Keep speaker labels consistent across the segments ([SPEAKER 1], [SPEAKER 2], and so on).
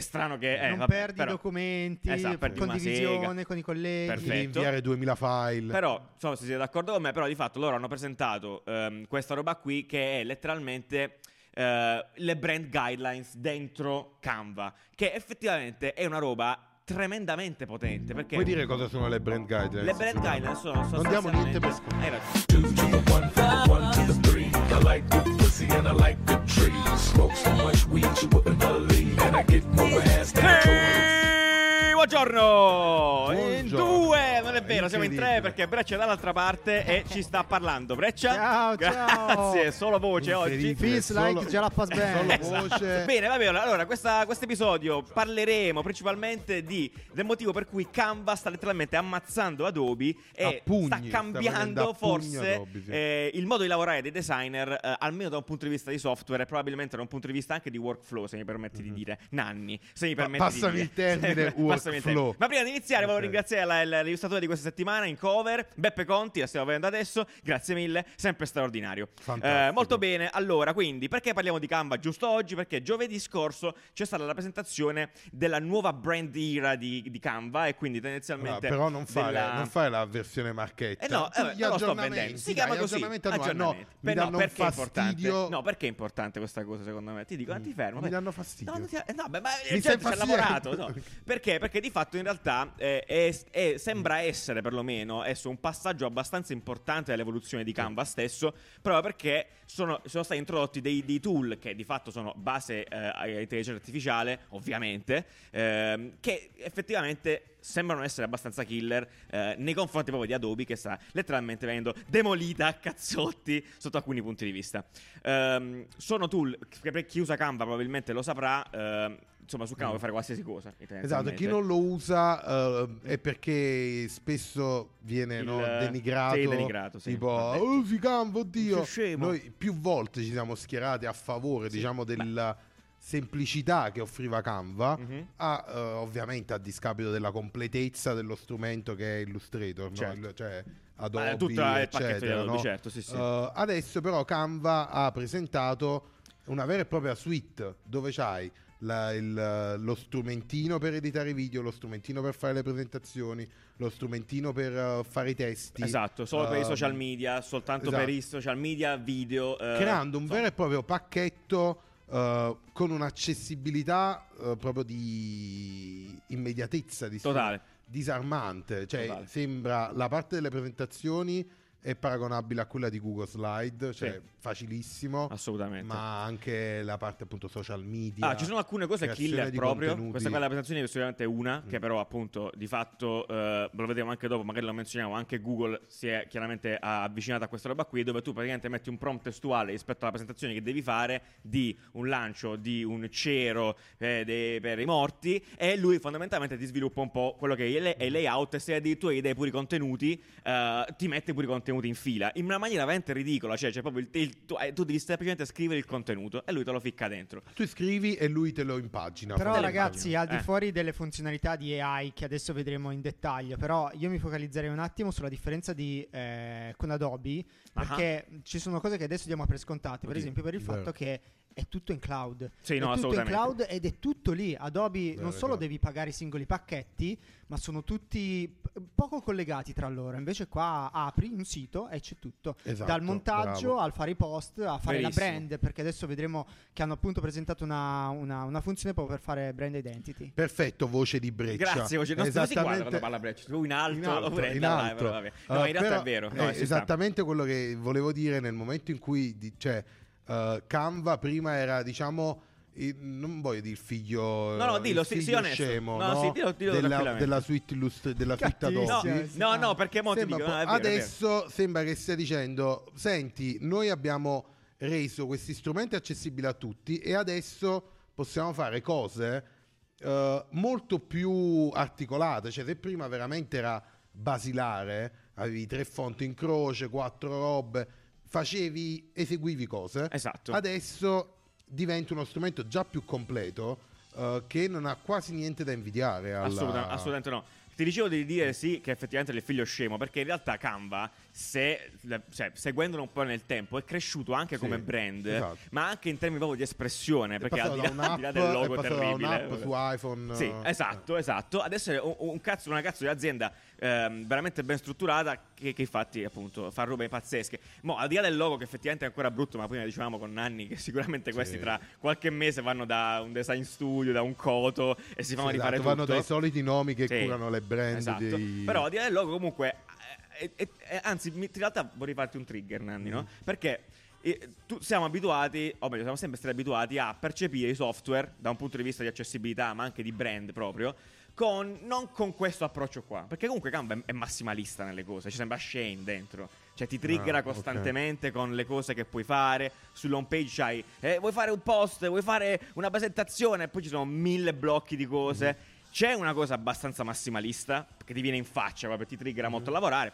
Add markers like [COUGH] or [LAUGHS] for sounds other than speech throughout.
[SPEAKER 1] strano che... eh,
[SPEAKER 2] non
[SPEAKER 1] vabbè,
[SPEAKER 2] perdi
[SPEAKER 1] però-
[SPEAKER 2] i documenti,
[SPEAKER 1] Esatto, perdi una
[SPEAKER 2] condivisione
[SPEAKER 1] sega.
[SPEAKER 2] con i colleghi.
[SPEAKER 1] Perfetto.
[SPEAKER 3] Devi inviare 2000 file.
[SPEAKER 1] Però, insomma, se siete d'accordo con me, però di fatto loro hanno presentato ehm, questa roba qui che è letteralmente eh, le brand guidelines dentro Canva, che effettivamente è una roba tremendamente potente perché
[SPEAKER 3] Puoi dire cosa sono le brand guidelines?
[SPEAKER 1] le brand
[SPEAKER 3] Giuliano?
[SPEAKER 1] guidelines sono
[SPEAKER 3] Non diamo niente
[SPEAKER 1] sostanzialmente
[SPEAKER 3] per scontato.
[SPEAKER 1] Hai ragione.
[SPEAKER 4] Two to the one, from the one to the three. I like good pussy and I like good trees. Smoke so much weed you wouldn't believe, and I get more ass than toys.
[SPEAKER 1] Ehi, Buongiorno! In
[SPEAKER 3] Buongiorno.
[SPEAKER 1] due, non è vero, siamo in tre
[SPEAKER 3] Incredibile.
[SPEAKER 1] perché Breccia è dall'altra parte e ci sta parlando. Breccia,
[SPEAKER 2] Ciao, ciao.
[SPEAKER 1] grazie, solo voce Cioè, oggi.
[SPEAKER 3] Incredibile,
[SPEAKER 2] Feels like Jalapas Band.
[SPEAKER 3] Solo
[SPEAKER 2] Esatto.
[SPEAKER 3] voce.
[SPEAKER 1] [LAUGHS] Bene, va bene. Allora, questa- questo episodio parleremo principalmente di, del motivo per cui Canva sta letteralmente ammazzando Adobe
[SPEAKER 3] A
[SPEAKER 1] e
[SPEAKER 3] pugni,
[SPEAKER 1] sta
[SPEAKER 3] sta prendendo
[SPEAKER 1] cambiando
[SPEAKER 3] a pugni
[SPEAKER 1] forse
[SPEAKER 3] Adobe, sì.
[SPEAKER 1] eh, il modo di lavorare dei designer, eh, almeno da un punto di vista di software e probabilmente da un punto di vista anche di workflow, se mi permetti di dire. Nanni, se mi
[SPEAKER 3] Pa-
[SPEAKER 1] permetti
[SPEAKER 3] Mhm. passami
[SPEAKER 1] di
[SPEAKER 3] il
[SPEAKER 1] dire.
[SPEAKER 3] termine,
[SPEAKER 1] [LAUGHS] Passami il termine.
[SPEAKER 3] workflow.
[SPEAKER 1] Ma prima di iniziare volevo
[SPEAKER 3] Ok.
[SPEAKER 1] ringraziare la- il- l'illustratore di questa settimana in cover, Beppe Conti, la stiamo vedendo adesso, grazie mille, sempre straordinario.
[SPEAKER 3] Fantastico.
[SPEAKER 1] Eh, molto bene, allora, quindi, perché parliamo di Canva giusto oggi? Perché giovedì scorso c'è stata la presentazione della nuova brand era di, di Canva e quindi
[SPEAKER 3] Allora,
[SPEAKER 1] tendenzialmente...
[SPEAKER 3] Ah, però non fare,
[SPEAKER 1] della-
[SPEAKER 3] non fare la versione marchetta.
[SPEAKER 1] Eh no,
[SPEAKER 3] Tu
[SPEAKER 1] eh,
[SPEAKER 3] gli
[SPEAKER 1] non lo sto
[SPEAKER 3] aggiornamenti,
[SPEAKER 1] vendendo. Si
[SPEAKER 3] dai,
[SPEAKER 1] chiama
[SPEAKER 3] gli
[SPEAKER 1] così.
[SPEAKER 3] aggiornamenti annuali.
[SPEAKER 1] aggiornamenti.
[SPEAKER 3] No, mi
[SPEAKER 1] Per- no,
[SPEAKER 3] danno un
[SPEAKER 1] perché è importante?
[SPEAKER 3] fastidio. Mm.
[SPEAKER 1] No, perché è importante questa cosa secondo me? Ti dico, eh, ti fermo.
[SPEAKER 3] Mi
[SPEAKER 1] vai.
[SPEAKER 3] danno fastidio.
[SPEAKER 1] No, non ti- eh, no, beh, ma
[SPEAKER 3] Mi
[SPEAKER 1] la
[SPEAKER 3] stai
[SPEAKER 1] gente ci ha
[SPEAKER 3] fastidio-
[SPEAKER 1] lavorato.
[SPEAKER 3] [LAUGHS]
[SPEAKER 1] no. Perché? Perché di fatto in realtà eh, è- è- sembra essere perlomeno adesso un passaggio abbastanza importante dell'evoluzione di Canva stesso, proprio perché sono, sono stati introdotti dei, dei tool che di fatto sono base eh, a intelligenza artificiale, ovviamente, ehm, che effettivamente sembrano essere abbastanza killer eh, nei confronti proprio di Adobe che sta letteralmente venendo demolita a cazzotti sotto alcuni punti di vista. Ehm, sono tool che per chi usa Canva probabilmente lo saprà, ehm, insomma su Canva puoi fare qualsiasi cosa.
[SPEAKER 3] Esatto,
[SPEAKER 1] tendenzialmente.
[SPEAKER 3] chi non lo usa eh, è perché spesso viene
[SPEAKER 1] Il-
[SPEAKER 3] no, denigrato,
[SPEAKER 1] sì, denigrato, sì,
[SPEAKER 3] tipo
[SPEAKER 1] va detto.
[SPEAKER 3] oh si campa, oddio.
[SPEAKER 1] Sei scemo.
[SPEAKER 3] Noi più volte ci siamo schierati a favore,
[SPEAKER 1] Sì,
[SPEAKER 3] diciamo, della semplicità che offriva Canva,
[SPEAKER 1] Mhm.
[SPEAKER 3] a, eh, ovviamente a discapito della completezza dello strumento che è Illustrator, no?
[SPEAKER 1] Certo.
[SPEAKER 3] Il- cioè Adobe,
[SPEAKER 1] tutto il pacchetto di
[SPEAKER 3] eccetera,
[SPEAKER 1] Adobe,
[SPEAKER 3] no?
[SPEAKER 1] certo, sì, sì.
[SPEAKER 3] Eh, adesso però Canva ha presentato una vera e propria suite dove c'hai la- il- lo strumentino per editare i video, lo strumentino per fare le presentazioni, lo strumentino per eh, fare i testi.
[SPEAKER 1] Esatto, solo per i
[SPEAKER 3] Ehm,
[SPEAKER 1] social media, soltanto
[SPEAKER 3] esatto.
[SPEAKER 1] per i social media, video. eh,
[SPEAKER 3] Creando un
[SPEAKER 1] insomma.
[SPEAKER 3] vero e proprio pacchetto eh, con un'accessibilità eh, proprio di immediatezza, di
[SPEAKER 1] Totale.
[SPEAKER 3] disarmante. Cioè,
[SPEAKER 1] Totale.
[SPEAKER 3] sembra la parte delle presentazioni è paragonabile a quella di Google Slide, cioè
[SPEAKER 1] Sì.
[SPEAKER 3] facilissimo.
[SPEAKER 1] Assolutamente.
[SPEAKER 3] Ma anche la parte appunto social media.
[SPEAKER 1] Ah, ci sono alcune cose
[SPEAKER 3] creazione
[SPEAKER 1] killer
[SPEAKER 3] di
[SPEAKER 1] proprio.
[SPEAKER 3] contenuti. Mm.
[SPEAKER 1] Questa qua è la presentazione è sicuramente una, che però appunto di fatto eh, lo vedremo anche dopo, magari lo menzioniamo, anche Google si è chiaramente ah, avvicinata a questa roba qui dove tu praticamente metti un prompt testuale rispetto alla presentazione che devi fare di un lancio di un cero eh, de- per i morti e lui fondamentalmente ti sviluppa un po' quello che è il- è il layout e se addirittura gli dai pure i contenuti eh, ti mette pure i contenuti in fila in una maniera veramente ridicola, cioè, c'è proprio il, il- tu, eh, tu devi semplicemente scrivere il contenuto e lui te lo ficca dentro.
[SPEAKER 3] Tu scrivi e lui te lo impagina.
[SPEAKER 2] Però
[SPEAKER 3] Poi.
[SPEAKER 2] ragazzi, al di
[SPEAKER 1] Eh.
[SPEAKER 2] fuori delle funzionalità di AI che adesso vedremo in dettaglio, però io mi focalizzerei un attimo sulla differenza di, eh, con Adobe,
[SPEAKER 1] Ah.
[SPEAKER 2] perché ci sono cose che adesso diamo per scontate, per
[SPEAKER 3] Oddio,
[SPEAKER 2] esempio per il
[SPEAKER 3] vero.
[SPEAKER 2] fatto che è tutto in cloud.
[SPEAKER 1] Sì,
[SPEAKER 2] è
[SPEAKER 1] no,
[SPEAKER 2] tutto in
[SPEAKER 1] assolutamente.
[SPEAKER 2] cloud ed è tutto lì. Adobe
[SPEAKER 3] Vero,
[SPEAKER 2] non solo
[SPEAKER 3] vero.
[SPEAKER 2] devi pagare i singoli pacchetti, ma sono tutti p- poco collegati tra loro. Invece qua apri un sito e c'è tutto.
[SPEAKER 3] Esatto,
[SPEAKER 2] Dal montaggio
[SPEAKER 3] bravo.
[SPEAKER 2] al fare i post, a fare
[SPEAKER 1] Verissimo.
[SPEAKER 2] la brand, perché adesso vedremo che hanno appunto presentato una, una- una funzione proprio per fare brand identity.
[SPEAKER 3] Perfetto, voce di breccia.
[SPEAKER 1] Grazie, voce, non si quadra quando parla Breccia, tu in alto, oppure
[SPEAKER 3] in
[SPEAKER 1] dai, dai,
[SPEAKER 3] alto.
[SPEAKER 1] vabbè, vabbè. No,
[SPEAKER 3] Eh,
[SPEAKER 1] in realtà
[SPEAKER 3] però
[SPEAKER 1] è vero, no, ci sta.
[SPEAKER 3] esattamente quello che volevo dire nel momento in cui, di- cioè, eh, Canva prima era, diciamo, il- non voglio dire il figlio,
[SPEAKER 1] No, no,
[SPEAKER 3] il
[SPEAKER 1] dillo, sì,
[SPEAKER 3] figlio
[SPEAKER 1] sii onesto.
[SPEAKER 3] scemo,
[SPEAKER 1] No, sì, dillo- dillo
[SPEAKER 3] della,
[SPEAKER 1] tranquillamente.
[SPEAKER 3] della suite illustre, della suite Adobe.
[SPEAKER 1] No,
[SPEAKER 2] Sì, sì,
[SPEAKER 1] no,
[SPEAKER 2] sì.
[SPEAKER 1] no, perché molti
[SPEAKER 3] Sembra
[SPEAKER 1] dicono,
[SPEAKER 3] un
[SPEAKER 1] no,
[SPEAKER 3] po'-
[SPEAKER 1] è vero, è vero.
[SPEAKER 3] adesso sembra che stia dicendo: Senti, noi abbiamo reso questi strumenti accessibili a tutti e adesso possiamo fare cose eh, molto più articolate. Cioè, se prima veramente era basilare, avevi tre fonti in croce, quattro robe, facevi, eseguivi cose.
[SPEAKER 1] Esatto.
[SPEAKER 3] Adesso diventa uno strumento già più completo. eh, che non ha quasi niente da invidiare alla...
[SPEAKER 1] Assoluta- assolutamente no. Ti dicevo di dire sì che effettivamente il figlio scemo, perché in realtà Canva, se, cioè, seguendolo un po' nel tempo, è cresciuto anche come
[SPEAKER 3] Sì,
[SPEAKER 1] brand,
[SPEAKER 3] esatto.
[SPEAKER 1] ma anche in termini proprio di espressione, perché
[SPEAKER 3] passato
[SPEAKER 1] al di
[SPEAKER 3] da
[SPEAKER 1] là, al di là
[SPEAKER 3] un'app-
[SPEAKER 1] del
[SPEAKER 3] è
[SPEAKER 1] logo
[SPEAKER 3] passato da
[SPEAKER 1] terribile.
[SPEAKER 3] un'app
[SPEAKER 1] vabbè.
[SPEAKER 3] su iPhone,
[SPEAKER 1] Sì,
[SPEAKER 3] eh,
[SPEAKER 1] esatto, esatto. Adesso è un, un cazzo- una cazzo di azienda ehm, veramente ben strutturata che, che infatti appunto fa robe pazzesche. Mo, al di là del logo che effettivamente è ancora brutto, ma prima dicevamo con Nanni che sicuramente questi
[SPEAKER 3] Sì.
[SPEAKER 1] tra qualche mese vanno da un design studio, da un coto e si fanno
[SPEAKER 3] Sì,
[SPEAKER 1] rifare
[SPEAKER 3] esatto, vanno
[SPEAKER 1] tutto.
[SPEAKER 3] dai soliti nomi che
[SPEAKER 1] Sì.
[SPEAKER 3] curano le brand
[SPEAKER 1] Esatto.
[SPEAKER 3] dei-
[SPEAKER 1] Però al di là del logo comunque eh, eh, eh, anzi mi- in realtà vorrei farti un trigger Nanni, no?
[SPEAKER 3] Mm.
[SPEAKER 1] Perché eh, tu- siamo abituati, o meglio, siamo sempre stati abituati a percepire i software da un punto di vista di accessibilità, ma anche di brand proprio, con, non con questo approccio qua. Perché comunque Canva è, è massimalista nelle cose, ci sembra Shane dentro. Cioè ti triggera
[SPEAKER 3] Ah, ok.
[SPEAKER 1] costantemente con le cose che puoi fare. Sull'home page c'hai, eh, vuoi fare un post, vuoi fare una presentazione, e poi ci sono mille blocchi di cose.
[SPEAKER 3] Mm.
[SPEAKER 1] C'è una cosa abbastanza massimalista, che ti viene in faccia, proprio ti triggera molto a lavorare.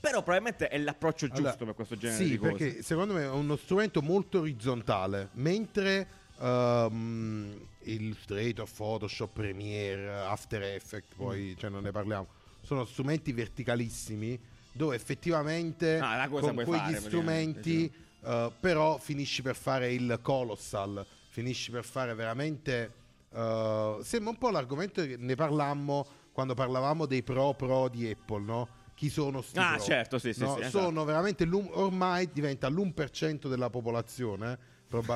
[SPEAKER 1] Però probabilmente è l'approccio giusto
[SPEAKER 3] Mm. Allora,
[SPEAKER 1] per questo genere
[SPEAKER 3] sì,
[SPEAKER 1] di cose.
[SPEAKER 3] perché secondo me è uno strumento molto orizzontale, mentre ehm, Illustrator, Photoshop, Premiere, After
[SPEAKER 1] Mm.
[SPEAKER 3] Effects, poi cioè, non ne parliamo, sono strumenti verticalissimi dove effettivamente
[SPEAKER 1] Ah, la cosa
[SPEAKER 3] con
[SPEAKER 1] puoi
[SPEAKER 3] quegli
[SPEAKER 1] fare,
[SPEAKER 3] strumenti eh, però finisci per fare il colossal, finisci per fare veramente... eh, sembra un po' l'argomento che ne parlammo quando parlavamo dei pro pro di Apple, no? Chi sono sti
[SPEAKER 1] Ah,
[SPEAKER 3] pro?
[SPEAKER 1] certo, sì, sì,
[SPEAKER 3] No,
[SPEAKER 1] sì, esatto.
[SPEAKER 3] sono sono veramente l'un- ormai diventa l'1% della popolazione,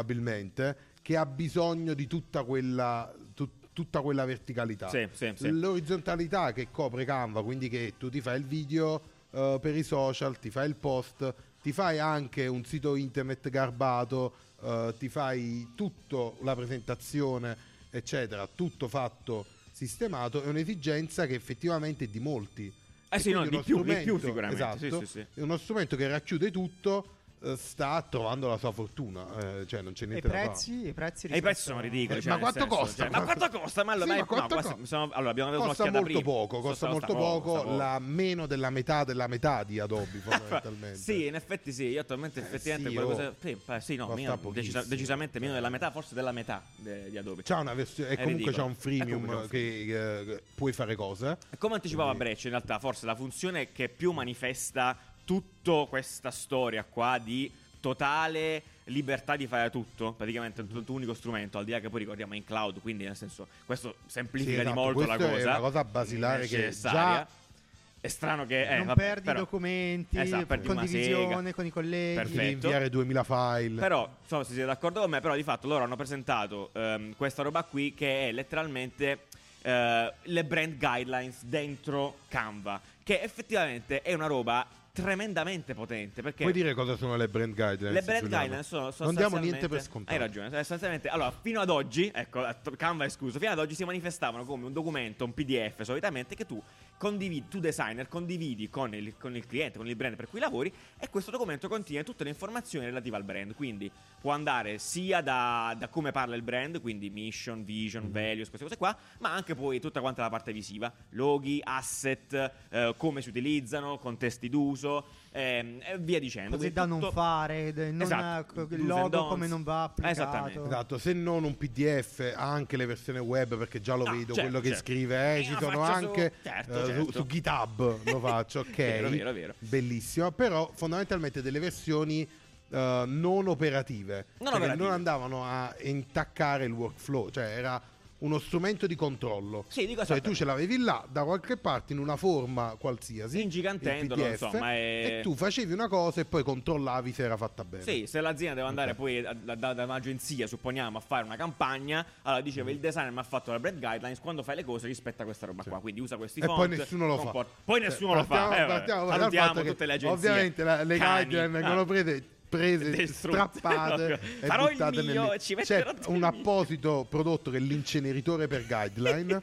[SPEAKER 3] probabilmente, che ha bisogno di tutta quella, tut- tutta quella verticalità.
[SPEAKER 1] Sì, sì, sì.
[SPEAKER 3] L'orizzontalità che copre Canva, quindi che tu ti fai il video eh, per i social, ti fai il post, ti fai anche un sito internet garbato, eh, ti fai tutto la presentazione, eccetera, tutto fatto sistemato, è un'esigenza che effettivamente è di molti.
[SPEAKER 1] Eh
[SPEAKER 3] E
[SPEAKER 1] sì, no,
[SPEAKER 3] quindi
[SPEAKER 1] di
[SPEAKER 3] uno
[SPEAKER 1] più- di più
[SPEAKER 3] strumento-
[SPEAKER 1] sicuramente,
[SPEAKER 3] esatto,
[SPEAKER 1] sì, sì, sì.
[SPEAKER 3] è uno strumento che racchiude tutto, eh, sta trovando la sua fortuna, eh, cioè non c'è
[SPEAKER 2] E i
[SPEAKER 3] niente da fare.
[SPEAKER 2] prezzi, i prezzi
[SPEAKER 1] E i prezzi sono
[SPEAKER 2] riflettono-
[SPEAKER 1] ridicoli.
[SPEAKER 3] Eh,
[SPEAKER 1] cioè,
[SPEAKER 3] ma
[SPEAKER 1] nel
[SPEAKER 3] quanto
[SPEAKER 1] senso,
[SPEAKER 3] costa?
[SPEAKER 1] cioè, ma quanto costa? Ma allora,
[SPEAKER 3] Sì,
[SPEAKER 1] ma-
[SPEAKER 3] ma
[SPEAKER 1] no,
[SPEAKER 3] quanto
[SPEAKER 1] quasi-
[SPEAKER 3] costa?
[SPEAKER 1] sono- allora abbiamo dato
[SPEAKER 3] Costa
[SPEAKER 1] un'occhiata
[SPEAKER 3] molto
[SPEAKER 1] prima.
[SPEAKER 3] poco, costa
[SPEAKER 1] Costa-
[SPEAKER 3] molto
[SPEAKER 1] costa
[SPEAKER 3] poco,
[SPEAKER 1] costa [LAUGHS] poco.
[SPEAKER 3] la meno della metà della metà
[SPEAKER 1] [LAUGHS]
[SPEAKER 3] di Adobe
[SPEAKER 1] Ah,
[SPEAKER 3] fondamentalmente.
[SPEAKER 1] Sì, in effetti sì, io attualmente effettivamente
[SPEAKER 3] sì,
[SPEAKER 1] quelle
[SPEAKER 3] oh.
[SPEAKER 1] cose- Eh, sì, pa- sì, no,
[SPEAKER 3] Costa
[SPEAKER 1] meno-
[SPEAKER 3] pochissimo.
[SPEAKER 1] decisa- decisamente meno della metà, forse della metà de- di Adobe.
[SPEAKER 3] C'ha una versione e
[SPEAKER 1] È
[SPEAKER 3] comunque
[SPEAKER 1] ridicolo.
[SPEAKER 3] c'è un
[SPEAKER 1] È comunque c'è
[SPEAKER 3] freemium
[SPEAKER 1] un
[SPEAKER 3] che eh, puoi fare cose.
[SPEAKER 1] Come anticipava
[SPEAKER 3] Quindi-
[SPEAKER 1] Breccia, in realtà, forse la funzione che più manifesta tutta questa storia qua di totale libertà di fare tutto, praticamente un un unico strumento, al di là che poi ricordiamo è in cloud, quindi nel senso questo semplifica
[SPEAKER 3] Sì, esatto,
[SPEAKER 1] di molto la
[SPEAKER 3] questa
[SPEAKER 1] cosa.
[SPEAKER 3] è una cosa basilare che
[SPEAKER 1] necessaria.
[SPEAKER 3] già-
[SPEAKER 1] è strano che eh,
[SPEAKER 2] non
[SPEAKER 1] vabbè,
[SPEAKER 2] perdi
[SPEAKER 1] però-
[SPEAKER 2] documenti,
[SPEAKER 1] Esatto, perdi una sega.
[SPEAKER 2] condivisione con i colleghi.
[SPEAKER 1] Perfetto.
[SPEAKER 3] Devi inviare 2000 file.
[SPEAKER 1] Però, non so se siete d'accordo con me, però di fatto loro hanno presentato ehm, questa roba qui che è letteralmente eh, le brand guidelines dentro Canva, che effettivamente è una roba tremendamente potente perché
[SPEAKER 3] Puoi dire cosa sono le brand guidelines?
[SPEAKER 1] le brand
[SPEAKER 3] Giuliano?
[SPEAKER 1] guidelines sono
[SPEAKER 3] Non diamo
[SPEAKER 1] sostanzialmente-
[SPEAKER 3] niente per scontato.
[SPEAKER 1] Hai ragione, sostanzialmente. Allora, fino ad oggi, ecco, att- Canva è escluso, fino ad oggi si manifestavano come un documento, un PDF solitamente che tu condividi, tu designer condividi con il, con il cliente, con il brand per cui lavori e questo documento contiene tutte le informazioni relative al brand, quindi può andare sia da, da come parla il brand, quindi mission,
[SPEAKER 3] Mm-hmm.
[SPEAKER 1] vision, values, queste cose qua, ma anche poi tutta quanta la parte visiva, loghi, asset, eh, come si utilizzano, contesti d'uso ehm, e via dicendo.
[SPEAKER 2] Cose
[SPEAKER 1] Quindi
[SPEAKER 2] da
[SPEAKER 1] tutto-
[SPEAKER 2] non fare, de- non-
[SPEAKER 1] Esatto,
[SPEAKER 2] eh,
[SPEAKER 1] do's
[SPEAKER 2] il
[SPEAKER 1] and
[SPEAKER 2] logo
[SPEAKER 1] don'ts.
[SPEAKER 2] come non va applicato.
[SPEAKER 1] Esattamente.
[SPEAKER 3] Esatto, se non un PDF, ha anche le versioni web perché già lo
[SPEAKER 1] Ah,
[SPEAKER 3] vedo
[SPEAKER 1] certo,
[SPEAKER 3] quello che
[SPEAKER 1] certo.
[SPEAKER 3] scrive, eh,
[SPEAKER 1] Eh,
[SPEAKER 3] ci
[SPEAKER 1] lo
[SPEAKER 3] sono
[SPEAKER 1] faccio su-
[SPEAKER 3] anche
[SPEAKER 1] certo,
[SPEAKER 3] eh, su-
[SPEAKER 1] certo.
[SPEAKER 3] Su, GitHub
[SPEAKER 1] [LAUGHS]
[SPEAKER 3] lo faccio, ok.
[SPEAKER 1] Vero, vero, vero.
[SPEAKER 3] Bellissimo, però fondamentalmente delle versioni eh, non operative,
[SPEAKER 1] Non
[SPEAKER 3] cioè che
[SPEAKER 1] operative.
[SPEAKER 3] non andavano a intaccare il workflow, cioè era uno strumento di controllo.
[SPEAKER 1] Sì, dico
[SPEAKER 3] Cioè
[SPEAKER 1] esattamente.
[SPEAKER 3] tu ce l'avevi là da qualche parte in una forma qualsiasi,
[SPEAKER 1] Ingigantendolo,
[SPEAKER 3] il PDF,
[SPEAKER 1] insomma, è-
[SPEAKER 3] e tu facevi una cosa e poi controllavi se era fatta bene.
[SPEAKER 1] Sì, se l'azienda deve andare poi a- da, da- da un'agenzia, supponiamo, a fare una campagna, allora diceva il designer mi ha fatto la brand guidelines, quando fai le cose rispetta questa roba qua, quindi usa questi
[SPEAKER 3] E
[SPEAKER 1] font.
[SPEAKER 3] poi nessuno lo fa.
[SPEAKER 1] comporta- Poi
[SPEAKER 3] Cioè,
[SPEAKER 1] nessuno lo
[SPEAKER 3] partiamo-
[SPEAKER 1] fa. eh, vabbè.
[SPEAKER 3] partiamo dal
[SPEAKER 1] Salutiamo
[SPEAKER 3] fatto che
[SPEAKER 1] tutte le agenzie.
[SPEAKER 3] Ovviamente la- le
[SPEAKER 1] Cani.
[SPEAKER 3] guideline
[SPEAKER 1] Ah.
[SPEAKER 3] sono prese,
[SPEAKER 1] [LAUGHS]
[SPEAKER 3] prese,
[SPEAKER 1] Distrutte. [LAUGHS]
[SPEAKER 3] strappate e
[SPEAKER 1] Farò il
[SPEAKER 3] buttate
[SPEAKER 1] mio
[SPEAKER 3] nelle-
[SPEAKER 1] e ci
[SPEAKER 3] C'è
[SPEAKER 1] metterò del
[SPEAKER 3] un
[SPEAKER 1] mio.
[SPEAKER 3] apposito prodotto che è l'inceneritore per guideline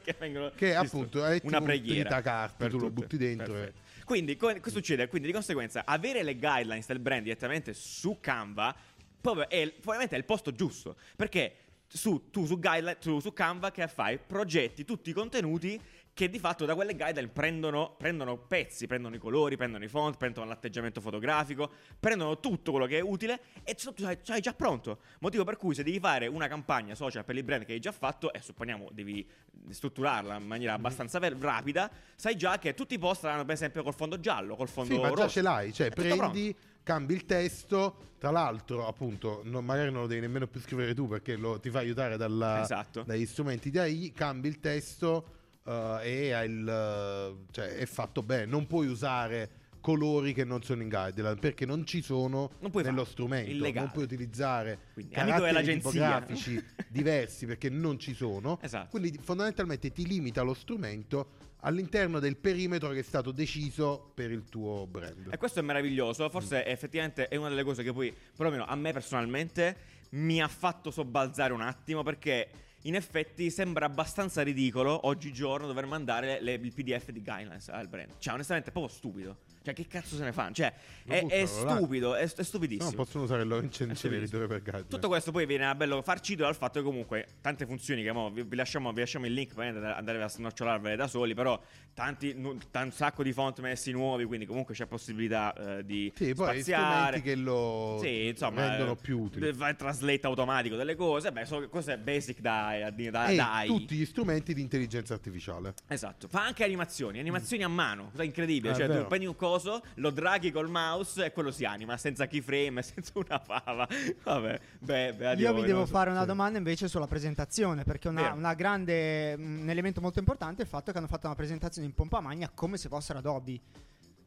[SPEAKER 1] [LAUGHS] che vengono
[SPEAKER 3] che
[SPEAKER 1] distrutte.
[SPEAKER 3] appunto è tipo
[SPEAKER 1] una
[SPEAKER 3] un
[SPEAKER 1] preghiera
[SPEAKER 3] tritacarta,
[SPEAKER 1] per
[SPEAKER 3] tu lo
[SPEAKER 1] tutte.
[SPEAKER 3] butti dentro e-
[SPEAKER 1] Perfetto. quindi co- che succede quindi di conseguenza avere le guidelines del brand direttamente su Canva proprio è probabilmente è il posto giusto perché su, tu su, guideline- su- su Canva che fai? Progetti tutti i contenuti che di fatto da quelle guideline prendono, prendono pezzi, prendono i colori, prendono i font, prendono l'atteggiamento fotografico, prendono tutto quello che è utile e tu tu hai tu hai già pronto. Motivo per cui se devi fare una campagna social per il brand che hai già fatto e supponiamo devi strutturarla in maniera
[SPEAKER 3] Mm-hmm.
[SPEAKER 1] abbastanza ver- rapida, sai già che tutti i post saranno per esempio col fondo giallo, col fondo
[SPEAKER 3] Sì, ma già
[SPEAKER 1] rosso.
[SPEAKER 3] ce l'hai,
[SPEAKER 1] È
[SPEAKER 3] cioè
[SPEAKER 1] tutto pronto.
[SPEAKER 3] prendi, cambi il testo, tra l'altro appunto non- magari non lo devi nemmeno più scrivere tu perché lo- ti fa aiutare dalla-
[SPEAKER 1] Esatto. [LAUGHS]
[SPEAKER 3] dagli strumenti di AI, cambi il testo eh, e hai il, eh, cioè, è fatto bene, non puoi usare colori che non sono in guideline perché non ci sono
[SPEAKER 1] Non puoi
[SPEAKER 3] nello
[SPEAKER 1] farlo,
[SPEAKER 3] strumento,
[SPEAKER 1] illegale.
[SPEAKER 3] non puoi utilizzare
[SPEAKER 1] Quindi, amico
[SPEAKER 3] caratteri
[SPEAKER 1] dell'agenzia.
[SPEAKER 3] tipografici
[SPEAKER 1] [LAUGHS]
[SPEAKER 3] diversi perché non ci sono.
[SPEAKER 1] Esatto.
[SPEAKER 3] Quindi fondamentalmente ti limita lo strumento all'interno del perimetro che è stato deciso per il tuo brand.
[SPEAKER 1] E questo è meraviglioso, forse
[SPEAKER 3] Mm.
[SPEAKER 1] effettivamente è una delle cose che poi, perlomeno a me personalmente, mi ha fatto sobbalzare un attimo perché in effetti sembra abbastanza ridicolo oggigiorno dover mandare le- il PDF di guidelines al brand. Cioè, onestamente è proprio stupido. Cioè, che cazzo se ne fanno? Cioè,
[SPEAKER 3] Lo
[SPEAKER 1] è, è
[SPEAKER 3] buttano là.
[SPEAKER 1] stupido, è, è
[SPEAKER 3] No, non
[SPEAKER 1] stupidissimo.
[SPEAKER 3] possono usare il loro incen-
[SPEAKER 1] È stupidissimo.
[SPEAKER 3] inceneritore per guideline.
[SPEAKER 1] Tutto questo poi viene a bello farcito dal fatto che comunque tante funzioni che mo vi, vi lasciamo, vi lasciamo il link per andare a snocciolarvele da soli, però tanti, nu- tan- un sacco di font messi nuovi, quindi comunque c'è possibilità eh, di
[SPEAKER 3] Sì, poi
[SPEAKER 1] spaziare.
[SPEAKER 3] strumenti che lo
[SPEAKER 1] Sì, insomma, eh,
[SPEAKER 3] rendono più utile.
[SPEAKER 1] Fa il translate automatico delle cose, beh, so che questo è basic da, da, da-
[SPEAKER 3] e
[SPEAKER 1] da AI.
[SPEAKER 3] tutti gli strumenti di intelligenza artificiale.
[SPEAKER 1] Esatto, fa anche animazioni, animazioni a mano, cosa incredibile,
[SPEAKER 3] Mm. Ah, è
[SPEAKER 1] cioè tu
[SPEAKER 3] vero.
[SPEAKER 1] prendi un coso, lo draghi col mouse e quello si anima, senza keyframe, [LAUGHS] senza una fava. Vabbè, beh, beh, addio,
[SPEAKER 2] Io vi
[SPEAKER 1] non
[SPEAKER 2] devo
[SPEAKER 1] lo so.
[SPEAKER 2] fare una
[SPEAKER 3] Sì.
[SPEAKER 2] domanda invece sulla presentazione, perché una,
[SPEAKER 1] Vero.
[SPEAKER 2] una grande, mm, un elemento molto importante è il fatto che hanno fatto una presentazione in pompa magna come se fossero Adobe.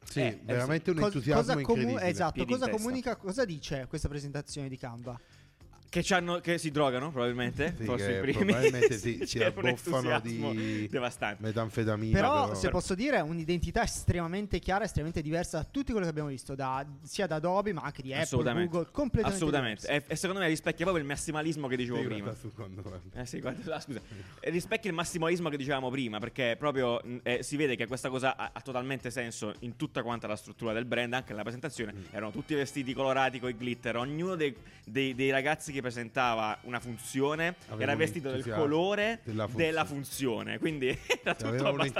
[SPEAKER 3] Sì,
[SPEAKER 1] Eh,
[SPEAKER 3] veramente un
[SPEAKER 2] Cos-
[SPEAKER 3] entusiasmo
[SPEAKER 2] comu-
[SPEAKER 3] incredibile.
[SPEAKER 2] esatto,
[SPEAKER 1] Piedi in
[SPEAKER 2] cosa
[SPEAKER 1] testa.
[SPEAKER 2] comunica, cosa dice questa presentazione di Canva?
[SPEAKER 1] Che, c'hanno- che si drogano probabilmente,
[SPEAKER 3] Sì,
[SPEAKER 1] forse
[SPEAKER 3] che
[SPEAKER 1] i primi.
[SPEAKER 3] probabilmente si, si
[SPEAKER 1] [LAUGHS] C'è un
[SPEAKER 3] abboffano
[SPEAKER 1] entusiasmo
[SPEAKER 3] di
[SPEAKER 1] devastante.
[SPEAKER 3] metanfetamina.
[SPEAKER 2] Però,
[SPEAKER 3] però.
[SPEAKER 2] se posso dire, è un'identità estremamente chiara, estremamente diversa da tutti quelli che abbiamo visto, da- sia da Adobe ma anche di Apple,
[SPEAKER 1] Assolutamente.
[SPEAKER 2] Google, completamente
[SPEAKER 1] Assolutamente. Eh,
[SPEAKER 2] diversi.
[SPEAKER 1] E, e secondo me rispecchia proprio il massimalismo che dicevo
[SPEAKER 3] Sì, esatto.
[SPEAKER 1] prima.
[SPEAKER 3] guarda, secondo me. Cioè,
[SPEAKER 1] Eh sì, guarda, ah, scusa. Eh, Rispecchia il massimalismo che dicevamo prima, perché proprio mh, eh, si vede che questa cosa ha, ha totalmente senso in tutta quanta la struttura del brand, anche nella presentazione.
[SPEAKER 3] Mm.
[SPEAKER 1] Erano tutti vestiti colorati con i glitter, ognuno dei, dei- dei ragazzi che presentava una funzione
[SPEAKER 3] Aveva
[SPEAKER 1] era
[SPEAKER 3] un
[SPEAKER 1] vestito del
[SPEAKER 3] entusiasmo
[SPEAKER 1] colore
[SPEAKER 3] della
[SPEAKER 1] della funzione,
[SPEAKER 3] funzione.
[SPEAKER 1] quindi [LAUGHS] era tutto
[SPEAKER 3] aveva un
[SPEAKER 1] abbastanza-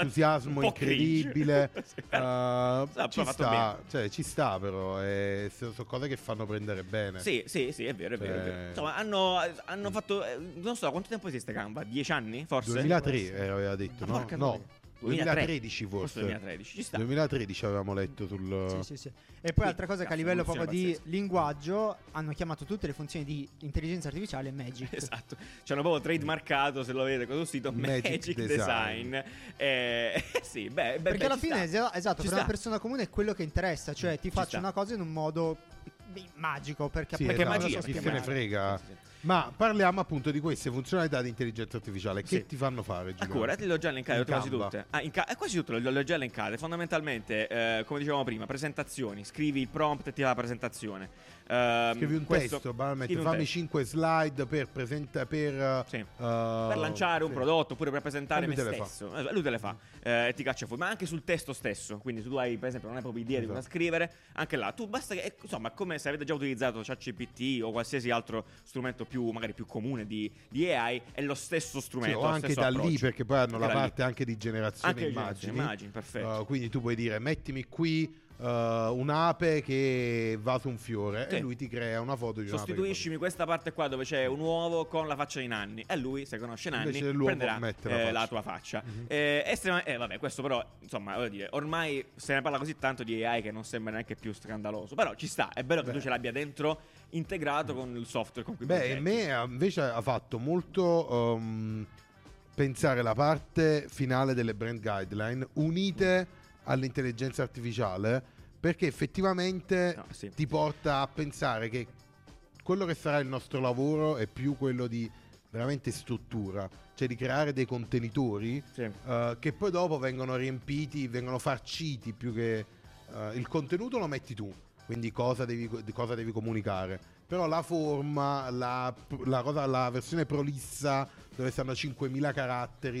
[SPEAKER 1] un
[SPEAKER 3] entusiasmo
[SPEAKER 1] po' cringe.
[SPEAKER 3] incredibile.
[SPEAKER 1] [LAUGHS] Sì, era-
[SPEAKER 3] eh,
[SPEAKER 1] sì, ha
[SPEAKER 3] ci,
[SPEAKER 1] fatto
[SPEAKER 3] sta,
[SPEAKER 1] bene.
[SPEAKER 3] cioè, ci sta, però. eh, so- sono cose che fanno prendere bene.
[SPEAKER 1] Sì, sì, sì, è vero, è vero. è
[SPEAKER 3] Cioè-
[SPEAKER 1] vero. Insomma, hanno, hanno fatto. eh, Non so, quanto tempo esiste Canva? Dieci anni, forse?
[SPEAKER 3] 2003 eh, aveva detto,
[SPEAKER 1] Ma
[SPEAKER 3] no?
[SPEAKER 1] porca
[SPEAKER 3] No,
[SPEAKER 1] troia.
[SPEAKER 3] 2013 forse.
[SPEAKER 1] 2013, ci sta.
[SPEAKER 3] 2013 avevamo letto sul...
[SPEAKER 2] Sì, sì, sì. E poi altra cosa che
[SPEAKER 1] cazzo,
[SPEAKER 2] a livello
[SPEAKER 1] funziona
[SPEAKER 2] proprio di
[SPEAKER 1] pazzesco.
[SPEAKER 2] linguaggio hanno chiamato tutte le funzioni di intelligenza artificiale Magic.
[SPEAKER 1] [LAUGHS] [LAUGHS] Esatto, ci hanno proprio trademarcato se lo vedete questo sito Magic,
[SPEAKER 3] Magic
[SPEAKER 1] Design.
[SPEAKER 3] Design.
[SPEAKER 1] Eh, [LAUGHS] sì, beh, beh, beh,
[SPEAKER 2] Perché alla
[SPEAKER 1] ci
[SPEAKER 2] fine,
[SPEAKER 1] sta.
[SPEAKER 2] es- esatto,
[SPEAKER 1] Ci
[SPEAKER 2] per
[SPEAKER 1] sta. Mm,
[SPEAKER 2] una persona comune è quello che interessa, cioè ti faccio
[SPEAKER 1] sta.
[SPEAKER 2] una cosa in un modo beh, magico, perché
[SPEAKER 3] Sì,
[SPEAKER 2] appunto
[SPEAKER 1] perché
[SPEAKER 2] non
[SPEAKER 1] magia,
[SPEAKER 2] la so
[SPEAKER 3] chi se ne
[SPEAKER 2] spiegare.
[SPEAKER 3] frega.
[SPEAKER 1] Sì, sì, sì.
[SPEAKER 3] Ma parliamo appunto di queste funzionalità di intelligenza artificiale
[SPEAKER 1] Sì.
[SPEAKER 3] che ti fanno fare. Giuliano?
[SPEAKER 1] Ancora, te le ho già elencate
[SPEAKER 3] In
[SPEAKER 1] quasi
[SPEAKER 3] Canva.
[SPEAKER 1] tutte. Ah, in ca- eh, quasi tutte le, le ho già elencate. Fondamentalmente, eh, come dicevamo prima, presentazioni. Scrivi il prompt e ti fa la presentazione. Ehm,
[SPEAKER 3] Scrivi un
[SPEAKER 1] questo-
[SPEAKER 3] testo, banalmente,
[SPEAKER 1] scrivi un
[SPEAKER 3] fammi
[SPEAKER 1] testo.
[SPEAKER 3] 5 slide per, presenta- per, eh,
[SPEAKER 1] Sì.
[SPEAKER 3] eh,
[SPEAKER 1] per lanciare un
[SPEAKER 3] sì.
[SPEAKER 1] prodotto oppure per presentare
[SPEAKER 3] E lui
[SPEAKER 1] me
[SPEAKER 3] te le fa.
[SPEAKER 1] stesso. Eh, Lui te le fa eh, e ti caccia fuori, ma anche sul testo stesso. Quindi, se tu hai, per esempio, non hai proprio idea di cosa
[SPEAKER 3] Esatto.
[SPEAKER 1] scrivere, anche là tu basta che, eh, insomma, come se avete già utilizzato ChatGPT o qualsiasi altro strumento più, magari più comune di, di AI, è lo stesso
[SPEAKER 3] Sì,
[SPEAKER 1] strumento.
[SPEAKER 3] o
[SPEAKER 1] lo
[SPEAKER 3] anche
[SPEAKER 1] stesso
[SPEAKER 3] da
[SPEAKER 1] approccio.
[SPEAKER 3] lì, perché poi hanno
[SPEAKER 1] Anche
[SPEAKER 3] la
[SPEAKER 1] da lì.
[SPEAKER 3] parte anche di generazione
[SPEAKER 1] Anche di
[SPEAKER 3] immagini.
[SPEAKER 1] generazione immagini, perfetto.
[SPEAKER 3] Uh, quindi tu puoi dire mettimi qui uh, un'ape che va su un fiore
[SPEAKER 1] Sì.
[SPEAKER 3] e lui ti crea una foto di un'ape. che
[SPEAKER 1] Sostituiscimi questa parte qua dove c'è un uovo con la faccia di Nanni e lui, se conosce Nanni,
[SPEAKER 3] Invece dell'uovo
[SPEAKER 1] prenderà
[SPEAKER 3] mette
[SPEAKER 1] eh,
[SPEAKER 3] la
[SPEAKER 1] la,
[SPEAKER 3] faccia. Mhm.
[SPEAKER 1] tua faccia. Eh, estrema- eh, vabbè, questo però, insomma, voglio dire, ormai se ne parla così tanto di AI che non sembra neanche più scandaloso, però ci sta, è bello che
[SPEAKER 3] Beh.
[SPEAKER 1] tu ce l'abbia dentro integrato con il software con cui
[SPEAKER 3] Beh,
[SPEAKER 1] progetti.
[SPEAKER 3] in me ha- invece ha fatto molto um, pensare la parte finale delle brand guideline unite all'intelligenza artificiale perché effettivamente
[SPEAKER 1] No, sì.
[SPEAKER 3] ti porta a pensare che quello che sarà il nostro lavoro è più quello di veramente struttura, cioè di creare dei contenitori
[SPEAKER 1] Sì.
[SPEAKER 3] eh, che poi dopo vengono riempiti, vengono farciti più che eh, il contenuto lo metti tu, quindi cosa devi, di cosa devi comunicare. Però la forma, la, la cosa- la versione prolissa dove stanno 5.000 caratteri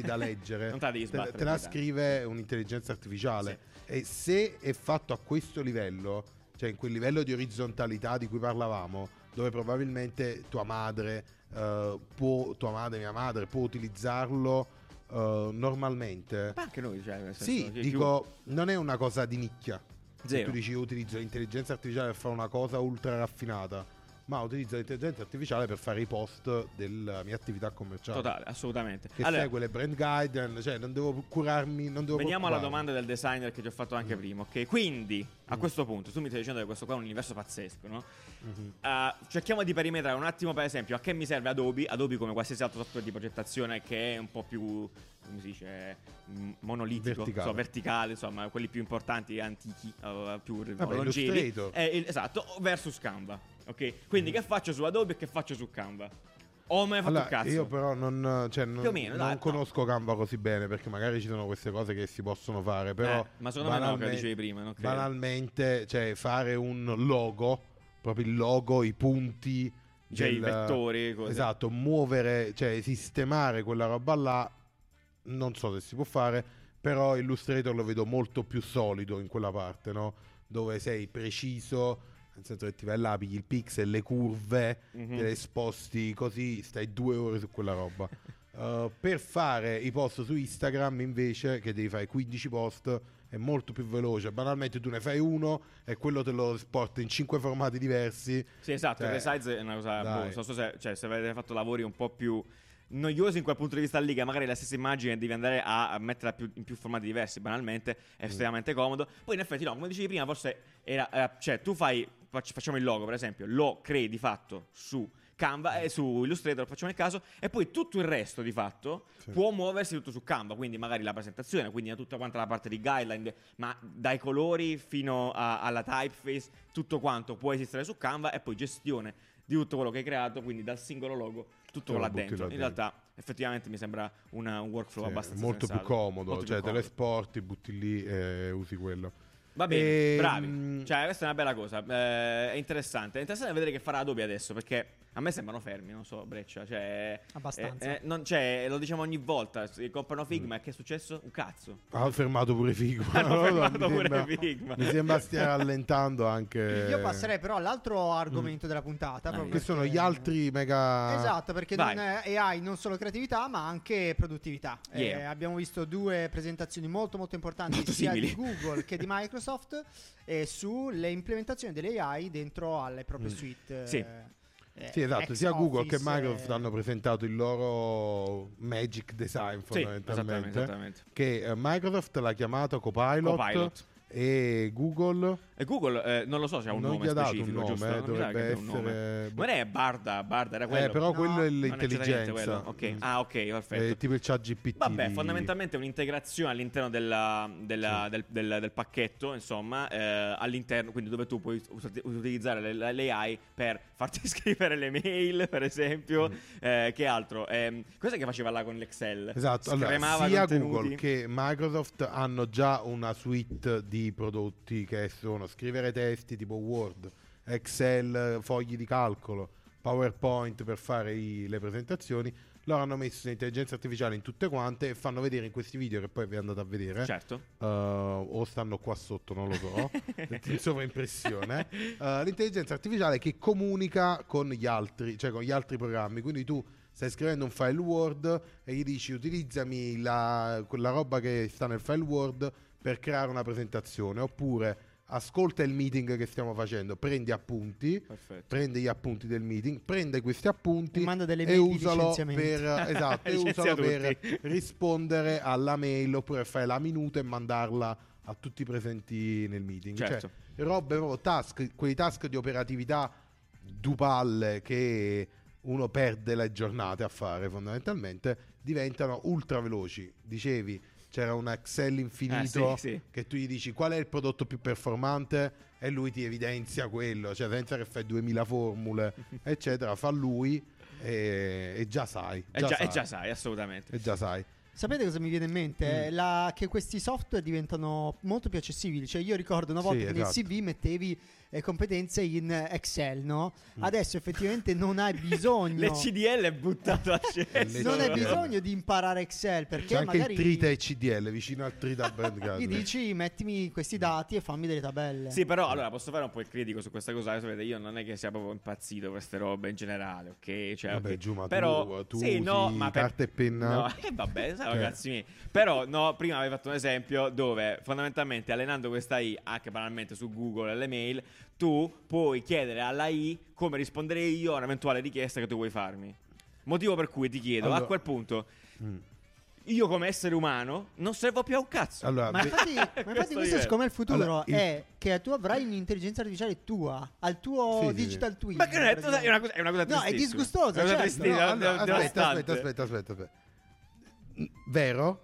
[SPEAKER 1] [LAUGHS]
[SPEAKER 3] da leggere,
[SPEAKER 1] Non te la devi
[SPEAKER 3] te,
[SPEAKER 1] sbattere
[SPEAKER 3] te
[SPEAKER 1] più
[SPEAKER 3] la
[SPEAKER 1] di tanto.
[SPEAKER 3] scrive un'intelligenza artificiale. E se è fatto a questo livello, cioè in quel livello di orizzontalità di cui parlavamo, dove probabilmente tua madre, eh, può, tua madre, mia madre, può utilizzarlo eh, normalmente.
[SPEAKER 1] Ma anche noi, cioè, nel senso,
[SPEAKER 3] Sì,
[SPEAKER 1] chi-
[SPEAKER 3] dico, non è una cosa di nicchia.
[SPEAKER 1] chi-
[SPEAKER 3] Se
[SPEAKER 1] zero.
[SPEAKER 3] tu dici io utilizzo l'intelligenza artificiale per fare una cosa ultra raffinata, ma utilizzo l'intelligenza artificiale per fare i post della mia attività commerciale.
[SPEAKER 1] Totale, assolutamente.
[SPEAKER 3] Che
[SPEAKER 1] Allora,
[SPEAKER 3] segue le brand guide, cioè non devo curarmi, non devo
[SPEAKER 1] Veniamo alla
[SPEAKER 3] preoccuparmi.
[SPEAKER 1] domanda del designer che ti ho fatto anche
[SPEAKER 3] Mm.
[SPEAKER 1] prima, ok? Quindi, a questo punto, tu mi stai dicendo che questo qua è un universo pazzesco, no?
[SPEAKER 3] Mhm.
[SPEAKER 1] Eh, cerchiamo di perimetrare un attimo, per esempio, a che mi serve Adobe? Adobe, come qualsiasi altro software di progettazione, che è un po' più, come si dice, m- monolitico,
[SPEAKER 3] Verticale.
[SPEAKER 1] insomma, verticale, insomma, quelli più importanti, antichi, eh, più
[SPEAKER 3] Vabbè,
[SPEAKER 1] longevi.
[SPEAKER 3] Illustrator. Mm.
[SPEAKER 1] Eh, il- esatto, versus Canva, ok? Quindi, che faccio su Adobe e che faccio su Canva? O me ne faccio
[SPEAKER 3] Allora,
[SPEAKER 1] un cazzo?
[SPEAKER 3] io però non, cioè,
[SPEAKER 1] Più o
[SPEAKER 3] non,
[SPEAKER 1] meno,
[SPEAKER 3] non
[SPEAKER 1] dai, no.
[SPEAKER 3] conosco Canva così bene perché magari ci sono queste cose che si possono fare, però...
[SPEAKER 1] Eh, ma secondo me no,
[SPEAKER 3] banalme-
[SPEAKER 1] che dicevi prima, non credo.
[SPEAKER 3] banalmente, cioè fare un logo, proprio il logo, i punti,
[SPEAKER 1] Cioè, i vettori, cose.
[SPEAKER 3] Esatto, muovere, cioè sistemare quella roba là, non so se si può fare, però Illustrator lo vedo molto più solido in quella parte, no? Dove sei preciso, nel senso che ti vai là, pigli il pixel, le curve,
[SPEAKER 1] Mhm.
[SPEAKER 3] te le sposti così, stai due ore su quella roba. Uh, per fare i post su Instagram invece, che devi fare 15 post, è molto più veloce. Banalmente tu ne fai uno e quello te lo sporta in 5 formati diversi.
[SPEAKER 1] Sì, esatto,
[SPEAKER 3] Cioè,
[SPEAKER 1] il resize è una cosa...
[SPEAKER 3] dai.
[SPEAKER 1] boh, non so se, cioè, se avete fatto lavori un po' più noiosi in quel punto di vista lì, che magari la stessa immagine devi andare a a metterla più- in più formati diversi, banalmente, è
[SPEAKER 3] Mm.
[SPEAKER 1] estremamente comodo. Poi in effetti no, come dicevi prima, forse era... era- cioè, tu fai... fac- Facciamo il logo, per esempio, lo crei di fatto su Canva e su Illustrator, facciamo il caso, e poi tutto il resto di fatto
[SPEAKER 3] Sì.
[SPEAKER 1] può muoversi tutto su Canva, quindi magari la presentazione, quindi tutta quanta la parte di guideline, ma dai colori fino a- alla typeface, tutto quanto può esistere su Canva e poi gestione di tutto quello che hai creato, quindi dal singolo logo, tutto
[SPEAKER 3] Te lo
[SPEAKER 1] là
[SPEAKER 3] butti
[SPEAKER 1] dentro.
[SPEAKER 3] là
[SPEAKER 1] In
[SPEAKER 3] dentro.
[SPEAKER 1] realtà effettivamente mi sembra una- un workflow
[SPEAKER 3] Sì,
[SPEAKER 1] abbastanza
[SPEAKER 3] molto
[SPEAKER 1] sensato.
[SPEAKER 3] più comodo,
[SPEAKER 1] Molto più
[SPEAKER 3] cioè te
[SPEAKER 1] comodo.
[SPEAKER 3] lo esporti, butti lì e usi quello.
[SPEAKER 1] Va bene,
[SPEAKER 3] Ehm,
[SPEAKER 1] bravi. Cioè, questa è una bella cosa. eh, è interessante. È interessante vedere che farà Adobe adesso. Perché a me sembrano fermi, non so, Breccia. Cioè,
[SPEAKER 2] Abbastanza.
[SPEAKER 1] eh, eh, non- cioè, lo diciamo ogni volta. si Comprano Figma
[SPEAKER 3] Mm.
[SPEAKER 1] e che è successo? Un cazzo.
[SPEAKER 3] Ha fermato pure Figma.
[SPEAKER 1] [LAUGHS] Hanno
[SPEAKER 3] Non lo so,
[SPEAKER 1] fermato
[SPEAKER 3] mi
[SPEAKER 1] pure
[SPEAKER 3] sembra-
[SPEAKER 1] Figma.
[SPEAKER 3] Mi sembra stia rallentando anche.
[SPEAKER 1] eh.
[SPEAKER 2] Io passerei però all'altro
[SPEAKER 1] Mm.
[SPEAKER 2] argomento della puntata.
[SPEAKER 1] Ah,
[SPEAKER 2] proprio
[SPEAKER 3] Che sono
[SPEAKER 2] perché-
[SPEAKER 3] gli altri mega.
[SPEAKER 2] Esatto, perché
[SPEAKER 1] Vai.
[SPEAKER 2] non è AI non solo creatività, ma anche produttività.
[SPEAKER 1] Yeah.
[SPEAKER 2] Eh, abbiamo visto due presentazioni molto molto importanti
[SPEAKER 1] Molto
[SPEAKER 2] sia
[SPEAKER 1] simili.
[SPEAKER 2] di Google
[SPEAKER 1] [LAUGHS]
[SPEAKER 2] che di Microsoft eh, sulle implementazioni delle AI dentro alle proprie suite. eh,
[SPEAKER 1] Mm. Sì.
[SPEAKER 2] eh,
[SPEAKER 3] Sì, esatto, sia
[SPEAKER 2] Office,
[SPEAKER 3] Google che Microsoft
[SPEAKER 2] eh,
[SPEAKER 3] hanno presentato il loro Magic Design
[SPEAKER 1] Sì, esattamente.
[SPEAKER 3] fondamentalmente.
[SPEAKER 1] esattamente.
[SPEAKER 3] Che eh, Microsoft l'ha chiamato Copilot,
[SPEAKER 1] Copilot.
[SPEAKER 3] e Google
[SPEAKER 1] E Google, eh, non lo so se ha un
[SPEAKER 3] non
[SPEAKER 1] nome
[SPEAKER 3] gli ha dato un
[SPEAKER 1] specifico,
[SPEAKER 3] nome,
[SPEAKER 1] giusto?
[SPEAKER 3] eh,
[SPEAKER 1] Non mi sa che
[SPEAKER 3] dovrebbe
[SPEAKER 1] abbia un nome.
[SPEAKER 3] essere.
[SPEAKER 1] Ma non è Barda, Barda era quello.
[SPEAKER 3] Eh, però
[SPEAKER 2] No,
[SPEAKER 3] quello è
[SPEAKER 2] non
[SPEAKER 1] Non è esattamente
[SPEAKER 3] l'intelligenza. Mm.
[SPEAKER 1] quello. Ok. Ah, ok, perfetto.
[SPEAKER 3] Eh, tipo il chat GPT.
[SPEAKER 1] Vabbè, fondamentalmente è un'integrazione all'interno della- della-
[SPEAKER 3] Sì.
[SPEAKER 1] del, del- del pacchetto, insomma, eh, all'interno, quindi dove tu puoi us- utilizzare le- le- l'AI per farti [LAUGHS] scrivere le mail, per
[SPEAKER 3] Mm.
[SPEAKER 1] esempio. Eh, che altro? Ehm, cos'è che faceva là con l'Excel?
[SPEAKER 3] Esatto,
[SPEAKER 1] Scremava
[SPEAKER 3] allora, sia
[SPEAKER 1] contenuti.
[SPEAKER 3] Google che Microsoft hanno già una suite di prodotti che sono scrivere testi tipo Word, Excel, fogli di calcolo, PowerPoint per fare i- le presentazioni. Loro hanno messo l'intelligenza artificiale in tutte quante e fanno vedere in questi video che poi vi andate a vedere.
[SPEAKER 1] Certo.
[SPEAKER 3] eh, o stanno qua sotto, non lo so. in sovraimpressione. eh, l'intelligenza artificiale che comunica con gli altri, cioè con gli altri programmi. Quindi tu stai scrivendo un file Word e gli dici utilizzami la, quella roba che sta nel file Word per creare una presentazione. Oppure ascolta il meeting che stiamo facendo, prendi appunti.
[SPEAKER 1] Perfetto.
[SPEAKER 3] Prende gli appunti del meeting, prende questi appunti
[SPEAKER 2] E manda delle
[SPEAKER 3] e
[SPEAKER 2] mail di
[SPEAKER 3] usalo
[SPEAKER 2] licenziamento.
[SPEAKER 3] per,
[SPEAKER 2] [LAUGHS]
[SPEAKER 3] esatto, e
[SPEAKER 1] Licenzia
[SPEAKER 3] usalo per
[SPEAKER 1] tutti.
[SPEAKER 3] rispondere alla mail oppure fai la minuta e mandarla a tutti i presenti nel meeting. Cioè,
[SPEAKER 1] Certo.
[SPEAKER 3] robe proprio oh, task, quei task di operatività dupalle che uno perde le giornate a fare fondamentalmente diventano ultra veloci. Dicevi c'era un Excel infinito
[SPEAKER 1] Ah, sì, sì.
[SPEAKER 3] che tu gli dici qual è il prodotto più performante e lui ti evidenzia quello, cioè senza che fai
[SPEAKER 1] [LAUGHS]
[SPEAKER 3] 2000 formule, eccetera, fa lui e, e già sai.
[SPEAKER 1] E Eh, già,
[SPEAKER 3] sai.
[SPEAKER 1] e già sai, assolutamente.
[SPEAKER 3] E Eh, già sai.
[SPEAKER 2] Sapete cosa mi viene in
[SPEAKER 1] Mm.
[SPEAKER 2] mente? La- che questi software diventano molto più accessibili. Cioè, io ricordo una
[SPEAKER 3] Sì,
[SPEAKER 2] volta che nel
[SPEAKER 3] esatto.
[SPEAKER 2] CV mettevi eh, competenze in Excel, no? Adesso effettivamente non
[SPEAKER 1] [LAUGHS]
[SPEAKER 2] hai bisogno.
[SPEAKER 1] Mm. Le CDL è buttato a
[SPEAKER 3] Le
[SPEAKER 1] cesso.
[SPEAKER 2] non hai
[SPEAKER 3] CDL.
[SPEAKER 2] bisogno di imparare Excel perché
[SPEAKER 3] C'è anche
[SPEAKER 2] magari
[SPEAKER 3] il Trita e CDL vicino
[SPEAKER 1] [LAUGHS]
[SPEAKER 3] al Trita Brand
[SPEAKER 2] gli
[SPEAKER 3] Garden.
[SPEAKER 2] dici mettimi questi dati e fammi delle tabelle.
[SPEAKER 1] Sì, però allora posso fare un po' il critico su questa cosa. Sapete, io non è che sia proprio impazzito per queste robe in generale, ok? Cioè,
[SPEAKER 3] Vabbè,
[SPEAKER 1] ok.
[SPEAKER 3] giù, ma tu- uh,
[SPEAKER 1] però,
[SPEAKER 3] tu
[SPEAKER 1] sì, no,
[SPEAKER 3] usi
[SPEAKER 1] ma per-
[SPEAKER 3] carta e penna?
[SPEAKER 1] No, [LAUGHS] eh, vabbè, sai,
[SPEAKER 3] Eh.
[SPEAKER 1] ragazzi miei. Però, no, prima avevi fatto un esempio dove fondamentalmente allenando questa I, anche banalmente su Google e le mail, tu puoi chiedere alla I come rispondere io a un'eventuale richiesta che tu vuoi farmi. Motivo per cui ti chiedo,
[SPEAKER 3] Allora-
[SPEAKER 1] a quel punto,
[SPEAKER 3] Mm.
[SPEAKER 1] io come essere umano non servo più a un cazzo.
[SPEAKER 3] Allora,
[SPEAKER 2] Ma
[SPEAKER 3] ve-
[SPEAKER 1] [LAUGHS]
[SPEAKER 2] infatti, ma infatti
[SPEAKER 1] Questo
[SPEAKER 2] questo
[SPEAKER 1] io-
[SPEAKER 2] è siccome il futuro
[SPEAKER 3] Allora, il-
[SPEAKER 2] è che tu avrai un'intelligenza artificiale tua, al tuo
[SPEAKER 3] Sì, sì, sì.
[SPEAKER 2] digital twin.
[SPEAKER 1] Ma che non è, è una cosa, è una cosa
[SPEAKER 2] No, è
[SPEAKER 1] tristissima.
[SPEAKER 2] disgustosa,
[SPEAKER 1] È una cosa
[SPEAKER 2] certo.
[SPEAKER 1] tristissima,
[SPEAKER 3] No,
[SPEAKER 1] è una-
[SPEAKER 3] allora,
[SPEAKER 1] è una-
[SPEAKER 3] aspetta,
[SPEAKER 1] devastante.
[SPEAKER 3] aspetta, aspetta, aspetta, aspetta. Mm, Vero,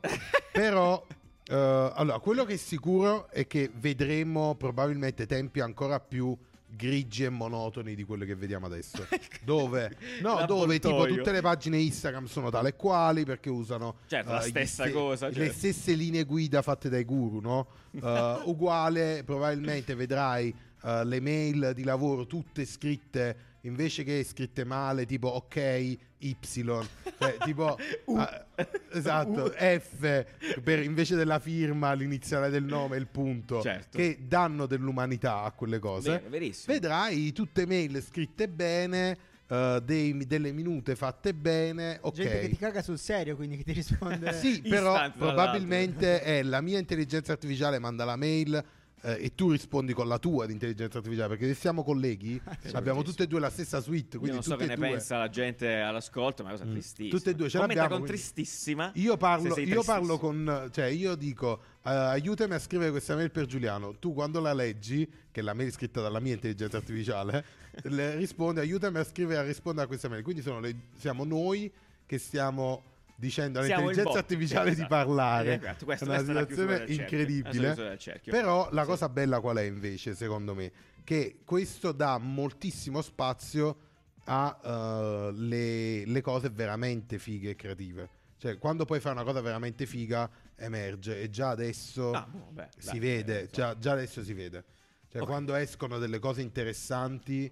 [SPEAKER 3] però eh, allora, quello che è sicuro è che vedremo probabilmente tempi ancora più grigi e monotoni di quello che
[SPEAKER 1] [LAUGHS]
[SPEAKER 3] vediamo adesso. dove? No, dove tipo
[SPEAKER 1] L'avvoltoio.
[SPEAKER 3] tutte le pagine Instagram sono tale e quali perché usano
[SPEAKER 1] Certo, la
[SPEAKER 3] eh, gli
[SPEAKER 1] stessa cosa,
[SPEAKER 3] le
[SPEAKER 1] certo.
[SPEAKER 3] stesse linee guida fatte dai
[SPEAKER 1] [LAUGHS]
[SPEAKER 3] guru, no? Eh, uguale, probabilmente vedrai eh, le mail di lavoro tutte scritte invece che scritte male, tipo ok, Y,
[SPEAKER 1] [LAUGHS]
[SPEAKER 3] cioè, tipo
[SPEAKER 1] U.
[SPEAKER 3] ah, esatto,
[SPEAKER 1] U.
[SPEAKER 3] F per invece della firma, l'iniziale del nome, il punto,
[SPEAKER 1] Certo.
[SPEAKER 3] che danno dell'umanità a quelle cose.
[SPEAKER 1] Vero, verissimo.
[SPEAKER 3] Vedrai tutte mail scritte bene, eh, dei- delle minute fatte bene, ok.
[SPEAKER 2] Gente che ti caga sul serio, quindi che ti risponde.
[SPEAKER 3] [LAUGHS] Sì,
[SPEAKER 1] Istante,
[SPEAKER 3] però
[SPEAKER 1] Eh, tra
[SPEAKER 3] probabilmente è la mia intelligenza artificiale manda la mail eh, e tu rispondi con la tua di intelligenza artificiale perché se
[SPEAKER 1] [LAUGHS]
[SPEAKER 3] siamo colleghi abbiamo tutte e due la stessa suite,
[SPEAKER 1] Io
[SPEAKER 3] quindi
[SPEAKER 1] non so
[SPEAKER 3] tutte
[SPEAKER 1] che ne
[SPEAKER 3] e due-
[SPEAKER 1] pensa la gente all'ascolto, ma è una cosa
[SPEAKER 3] Mm.
[SPEAKER 1] tristissima.
[SPEAKER 3] Tutte e due ce
[SPEAKER 1] Commenta
[SPEAKER 3] l'abbiamo,
[SPEAKER 1] con
[SPEAKER 3] quindi.
[SPEAKER 1] tristissima.
[SPEAKER 3] Io
[SPEAKER 1] se
[SPEAKER 3] parlo,
[SPEAKER 1] sei
[SPEAKER 3] io parlo
[SPEAKER 1] tristissimo.
[SPEAKER 3] con, cioè io dico eh, aiutami a scrivere questa mail per Giuliano, tu quando la leggi, che è la mail scritta dalla mia
[SPEAKER 1] [LAUGHS]
[SPEAKER 3] intelligenza artificiale, le risponde aiutami a scrivere, a rispondere a questa mail, quindi sono le- siamo noi che stiamo dicendo
[SPEAKER 1] Siamo il
[SPEAKER 3] all'intelligenza
[SPEAKER 1] bot.
[SPEAKER 3] artificiale
[SPEAKER 1] Esatto.
[SPEAKER 3] di parlare,
[SPEAKER 1] Esatto, questa-
[SPEAKER 3] è una
[SPEAKER 1] questa è la chiusura
[SPEAKER 3] situazione
[SPEAKER 1] del cerchio. Questa è la chiusura
[SPEAKER 3] incredibile,
[SPEAKER 1] del cerchio.
[SPEAKER 3] però la
[SPEAKER 1] Sì.
[SPEAKER 3] cosa bella qual è invece secondo me? Che questo dà moltissimo spazio a eh, le, le cose veramente fighe e creative. Cioè, quando poi fai una cosa veramente figa, emerge. E già adesso
[SPEAKER 1] Ah, boh, beh, dai,
[SPEAKER 3] si vede.
[SPEAKER 1] eh,
[SPEAKER 3] cioè, già, già adesso si vede. Cioè,
[SPEAKER 1] Ok.
[SPEAKER 3] quando escono delle cose interessanti,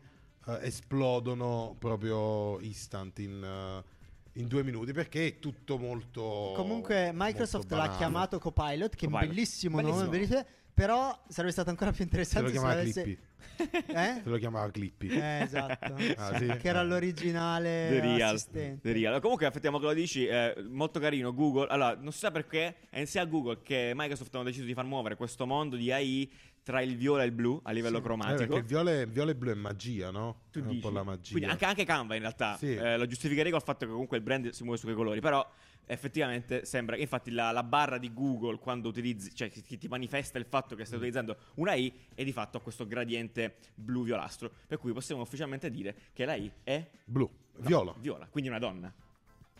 [SPEAKER 3] eh, esplodono proprio instant in, eh, in due minuti. Perché è tutto molto.
[SPEAKER 2] Comunque, Microsoft
[SPEAKER 3] Oh, molto
[SPEAKER 2] l'ha
[SPEAKER 3] banale.
[SPEAKER 2] chiamato Copilot, che è un
[SPEAKER 1] Copilot.
[SPEAKER 2] bellissimo,
[SPEAKER 1] Bellissimo.
[SPEAKER 2] nome, verite- però sarebbe stato ancora più
[SPEAKER 3] Se lo
[SPEAKER 2] interessante
[SPEAKER 3] chiamava
[SPEAKER 2] avesse-
[SPEAKER 3] Clippy.
[SPEAKER 2] [LAUGHS] Eh?
[SPEAKER 3] Se lo chiamava Clippy.
[SPEAKER 2] Eh, esatto.
[SPEAKER 3] Ah,
[SPEAKER 2] Sì,
[SPEAKER 3] sì?
[SPEAKER 2] Che era l'originale
[SPEAKER 3] eh,
[SPEAKER 1] The real,
[SPEAKER 2] assistente.
[SPEAKER 1] The real. Comunque, affettiamo che lo dici, eh, molto carino. Google, allora, non si sa perché, è sia Google che Microsoft hanno deciso di far muovere questo mondo di AI tra il viola e il blu a livello
[SPEAKER 3] Eh,
[SPEAKER 1] cromatico.
[SPEAKER 3] perché il viola, il viola e blu è magia, no?
[SPEAKER 1] Tu
[SPEAKER 3] è un
[SPEAKER 1] dici?
[SPEAKER 3] po' la magia.
[SPEAKER 1] Quindi anche, anche Canva in realtà
[SPEAKER 3] Sì.
[SPEAKER 1] eh, lo giustificherei col fatto che comunque il brand si muove su quei colori, però effettivamente sembra che infatti la, la barra di Google quando utilizzi, cioè che ti ti manifesta il fatto che stai
[SPEAKER 3] Mm.
[SPEAKER 1] utilizzando una I è di fatto a questo gradiente blu-violastro, per cui possiamo ufficialmente dire che la I è
[SPEAKER 3] Blu,
[SPEAKER 1] no,
[SPEAKER 3] viola.
[SPEAKER 1] viola, quindi una donna.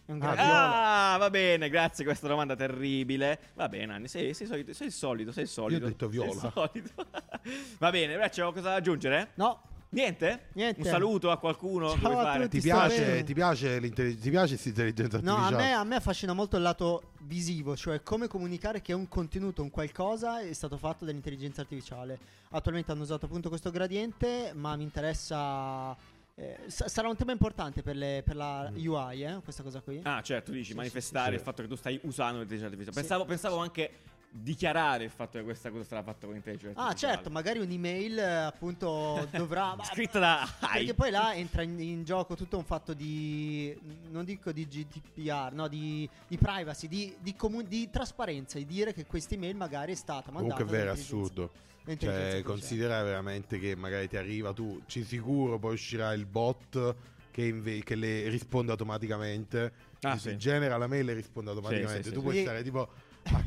[SPEAKER 2] È un
[SPEAKER 3] Ah,
[SPEAKER 2] grande-
[SPEAKER 1] Ah, va bene, grazie questa domanda terribile. Va bene, Anni, sei, sei solito, sei il solito, sei il solito.
[SPEAKER 3] detto
[SPEAKER 1] sei il
[SPEAKER 3] viola.
[SPEAKER 1] solito. [LAUGHS] va bene, ragazzi, c'è qualcosa da aggiungere?
[SPEAKER 2] No,
[SPEAKER 1] Niente?
[SPEAKER 2] Niente.
[SPEAKER 1] Un saluto a qualcuno? che
[SPEAKER 2] Ciao
[SPEAKER 1] vuoi
[SPEAKER 2] a
[SPEAKER 1] fare?
[SPEAKER 2] tutti.
[SPEAKER 3] Ti
[SPEAKER 2] Ti sta bene?
[SPEAKER 3] piace, ti piace l'intelli- ti piace questa intelligenza
[SPEAKER 2] No, a
[SPEAKER 3] artificiale?
[SPEAKER 2] me, a me affascina molto il lato visivo, cioè come comunicare che un contenuto, un qualcosa è stato fatto dall'intelligenza artificiale. Attualmente hanno usato appunto questo gradiente, ma mi interessa... eh, sa- sarà un tema importante per, le- per la UI, eh, questa cosa qui.
[SPEAKER 1] Ah, certo, tu dici manifestare
[SPEAKER 3] sì.
[SPEAKER 1] il fatto che tu stai usando l'intelligenza artificiale. Pensavo, pensavo anche dichiarare il fatto che questa cosa sarà fatta con l'intelligenza
[SPEAKER 2] Ah,
[SPEAKER 1] artificiale.
[SPEAKER 2] certo, magari un'email eh, appunto dovrà... ma-
[SPEAKER 1] Scritta da
[SPEAKER 2] Perché
[SPEAKER 1] AI.
[SPEAKER 2] poi là entra in, in gioco tutto un fatto di. non dico di GDPR, no, di, di privacy, di, di comu- di trasparenza, di dire che questa email magari è stata mandata.
[SPEAKER 3] Comunque è vero, è
[SPEAKER 2] dall'intelligenza-
[SPEAKER 3] assurdo.
[SPEAKER 2] dall'intelligenza
[SPEAKER 3] Cioè,
[SPEAKER 2] artificiale.
[SPEAKER 3] considera veramente che magari ti arriva tu, ci sicuro poi uscirà il bot che, inve- che le risponde automaticamente. Cioè,
[SPEAKER 1] Ah,
[SPEAKER 3] Ti
[SPEAKER 1] sì.
[SPEAKER 3] Genera la mail e risponde automaticamente.
[SPEAKER 1] sì,
[SPEAKER 3] tu
[SPEAKER 1] sì.
[SPEAKER 3] puoi
[SPEAKER 2] Sì.
[SPEAKER 3] stare tipo, ma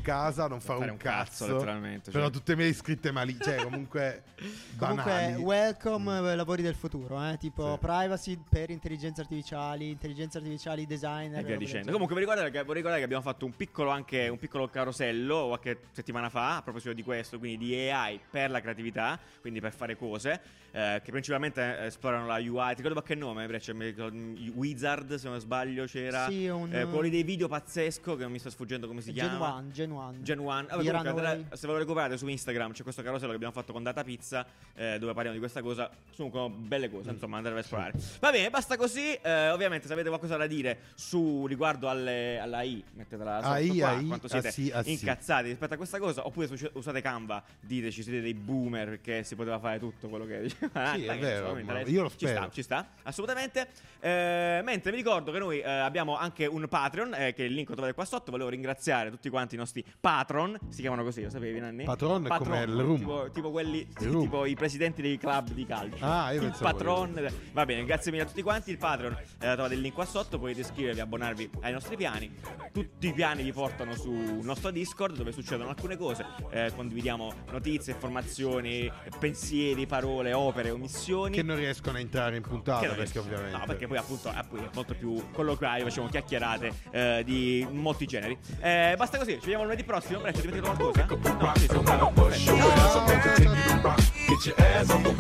[SPEAKER 1] [LAUGHS]
[SPEAKER 3] casa, non fare,
[SPEAKER 1] fare
[SPEAKER 3] un
[SPEAKER 1] un cazzo,
[SPEAKER 3] cazzo,
[SPEAKER 1] letteralmente,
[SPEAKER 3] Però
[SPEAKER 1] cioè.
[SPEAKER 3] tutte me le scritte mali, cioè
[SPEAKER 1] [LAUGHS]
[SPEAKER 3] comunque banali. Mm.
[SPEAKER 2] Comunque, welcome eh, lavori del futuro, eh, tipo
[SPEAKER 3] Sì.
[SPEAKER 2] privacy per intelligenze artificiali, intelligenze artificiali designer
[SPEAKER 1] E via
[SPEAKER 2] robe del
[SPEAKER 1] dicendo.
[SPEAKER 2] genere.
[SPEAKER 1] Comunque, vi ricordate che, vorrei ricordare che abbiamo fatto un piccolo, anche, un piccolo carosello qualche settimana fa a proposito di questo, quindi di AI per la creatività, quindi per fare cose, eh, che principalmente eh, esplorano la UI. Ti ricordi qualche nome, Breccia? Mi ricordo, mm, Wizard, se non sbaglio, c'era.
[SPEAKER 2] Sì, un-
[SPEAKER 1] eh, quello lì dei video pazzesco, che non mi sta sfuggendo come si
[SPEAKER 2] Gen
[SPEAKER 1] chiama.
[SPEAKER 2] 1, Gen 1.
[SPEAKER 1] Gen 1,
[SPEAKER 2] Di Runaway.
[SPEAKER 1] se ve lo recuperate su Instagram c'è questo carosello che abbiamo fatto con Data Pizza eh, dove parliamo di questa cosa. Sono belle cose, insomma, andate a esplorare. Va bene, basta così. eh, ovviamente, se avete qualcosa da dire su riguardo alle, alla I, mettetela sotto
[SPEAKER 3] AI,
[SPEAKER 1] qua,
[SPEAKER 3] AI,
[SPEAKER 1] quanto siete
[SPEAKER 3] ah sì, ah sì.
[SPEAKER 1] incazzati rispetto a questa cosa, oppure se usate Canva, diteci siete dei boomer perché si poteva fare tutto quello che [LAUGHS] diceva.
[SPEAKER 3] Sì, è
[SPEAKER 1] Anna, che
[SPEAKER 3] vero,
[SPEAKER 1] insomma, mi
[SPEAKER 3] ma
[SPEAKER 1] interessa.
[SPEAKER 3] io lo
[SPEAKER 1] Ci sta,
[SPEAKER 3] spero.
[SPEAKER 1] ci sta, assolutamente. Eh, mentre vi ricordo che noi eh, abbiamo anche un Patreon, eh, che il link lo trovate qua sotto. Volevo ringraziare tutti quanti i nostri patron. Si chiamano così, lo sapevi, Nanni?
[SPEAKER 3] Patron è
[SPEAKER 1] Patron,
[SPEAKER 3] come il rum.
[SPEAKER 1] Tipo, tipo quelli, sì,
[SPEAKER 3] Il rum.
[SPEAKER 1] tipo i presidenti dei club di calcio.
[SPEAKER 3] Ah, io
[SPEAKER 1] il
[SPEAKER 3] pensavo
[SPEAKER 1] patron. Va bene, grazie mille a tutti quanti. Il Patreon, eh, trovate il link qua sotto. Potete iscrivervi, abbonarvi ai nostri piani. Tutti i piani vi portano sul nostro Discord, dove succedono alcune cose. Eh, condividiamo notizie, informazioni, pensieri, parole, opere, omissioni.
[SPEAKER 3] Che non riescono a entrare in puntata
[SPEAKER 1] Che non
[SPEAKER 3] perché
[SPEAKER 1] è-
[SPEAKER 3] ovviamente...
[SPEAKER 1] No, perché poi appunto ah, poi è molto più colloquiale, facciamo chiacchierate eh, di molti generi. Eh, basta così, ci vediamo lunedì prossimo. Breccia, ti metti qualcosa? No, sì, sono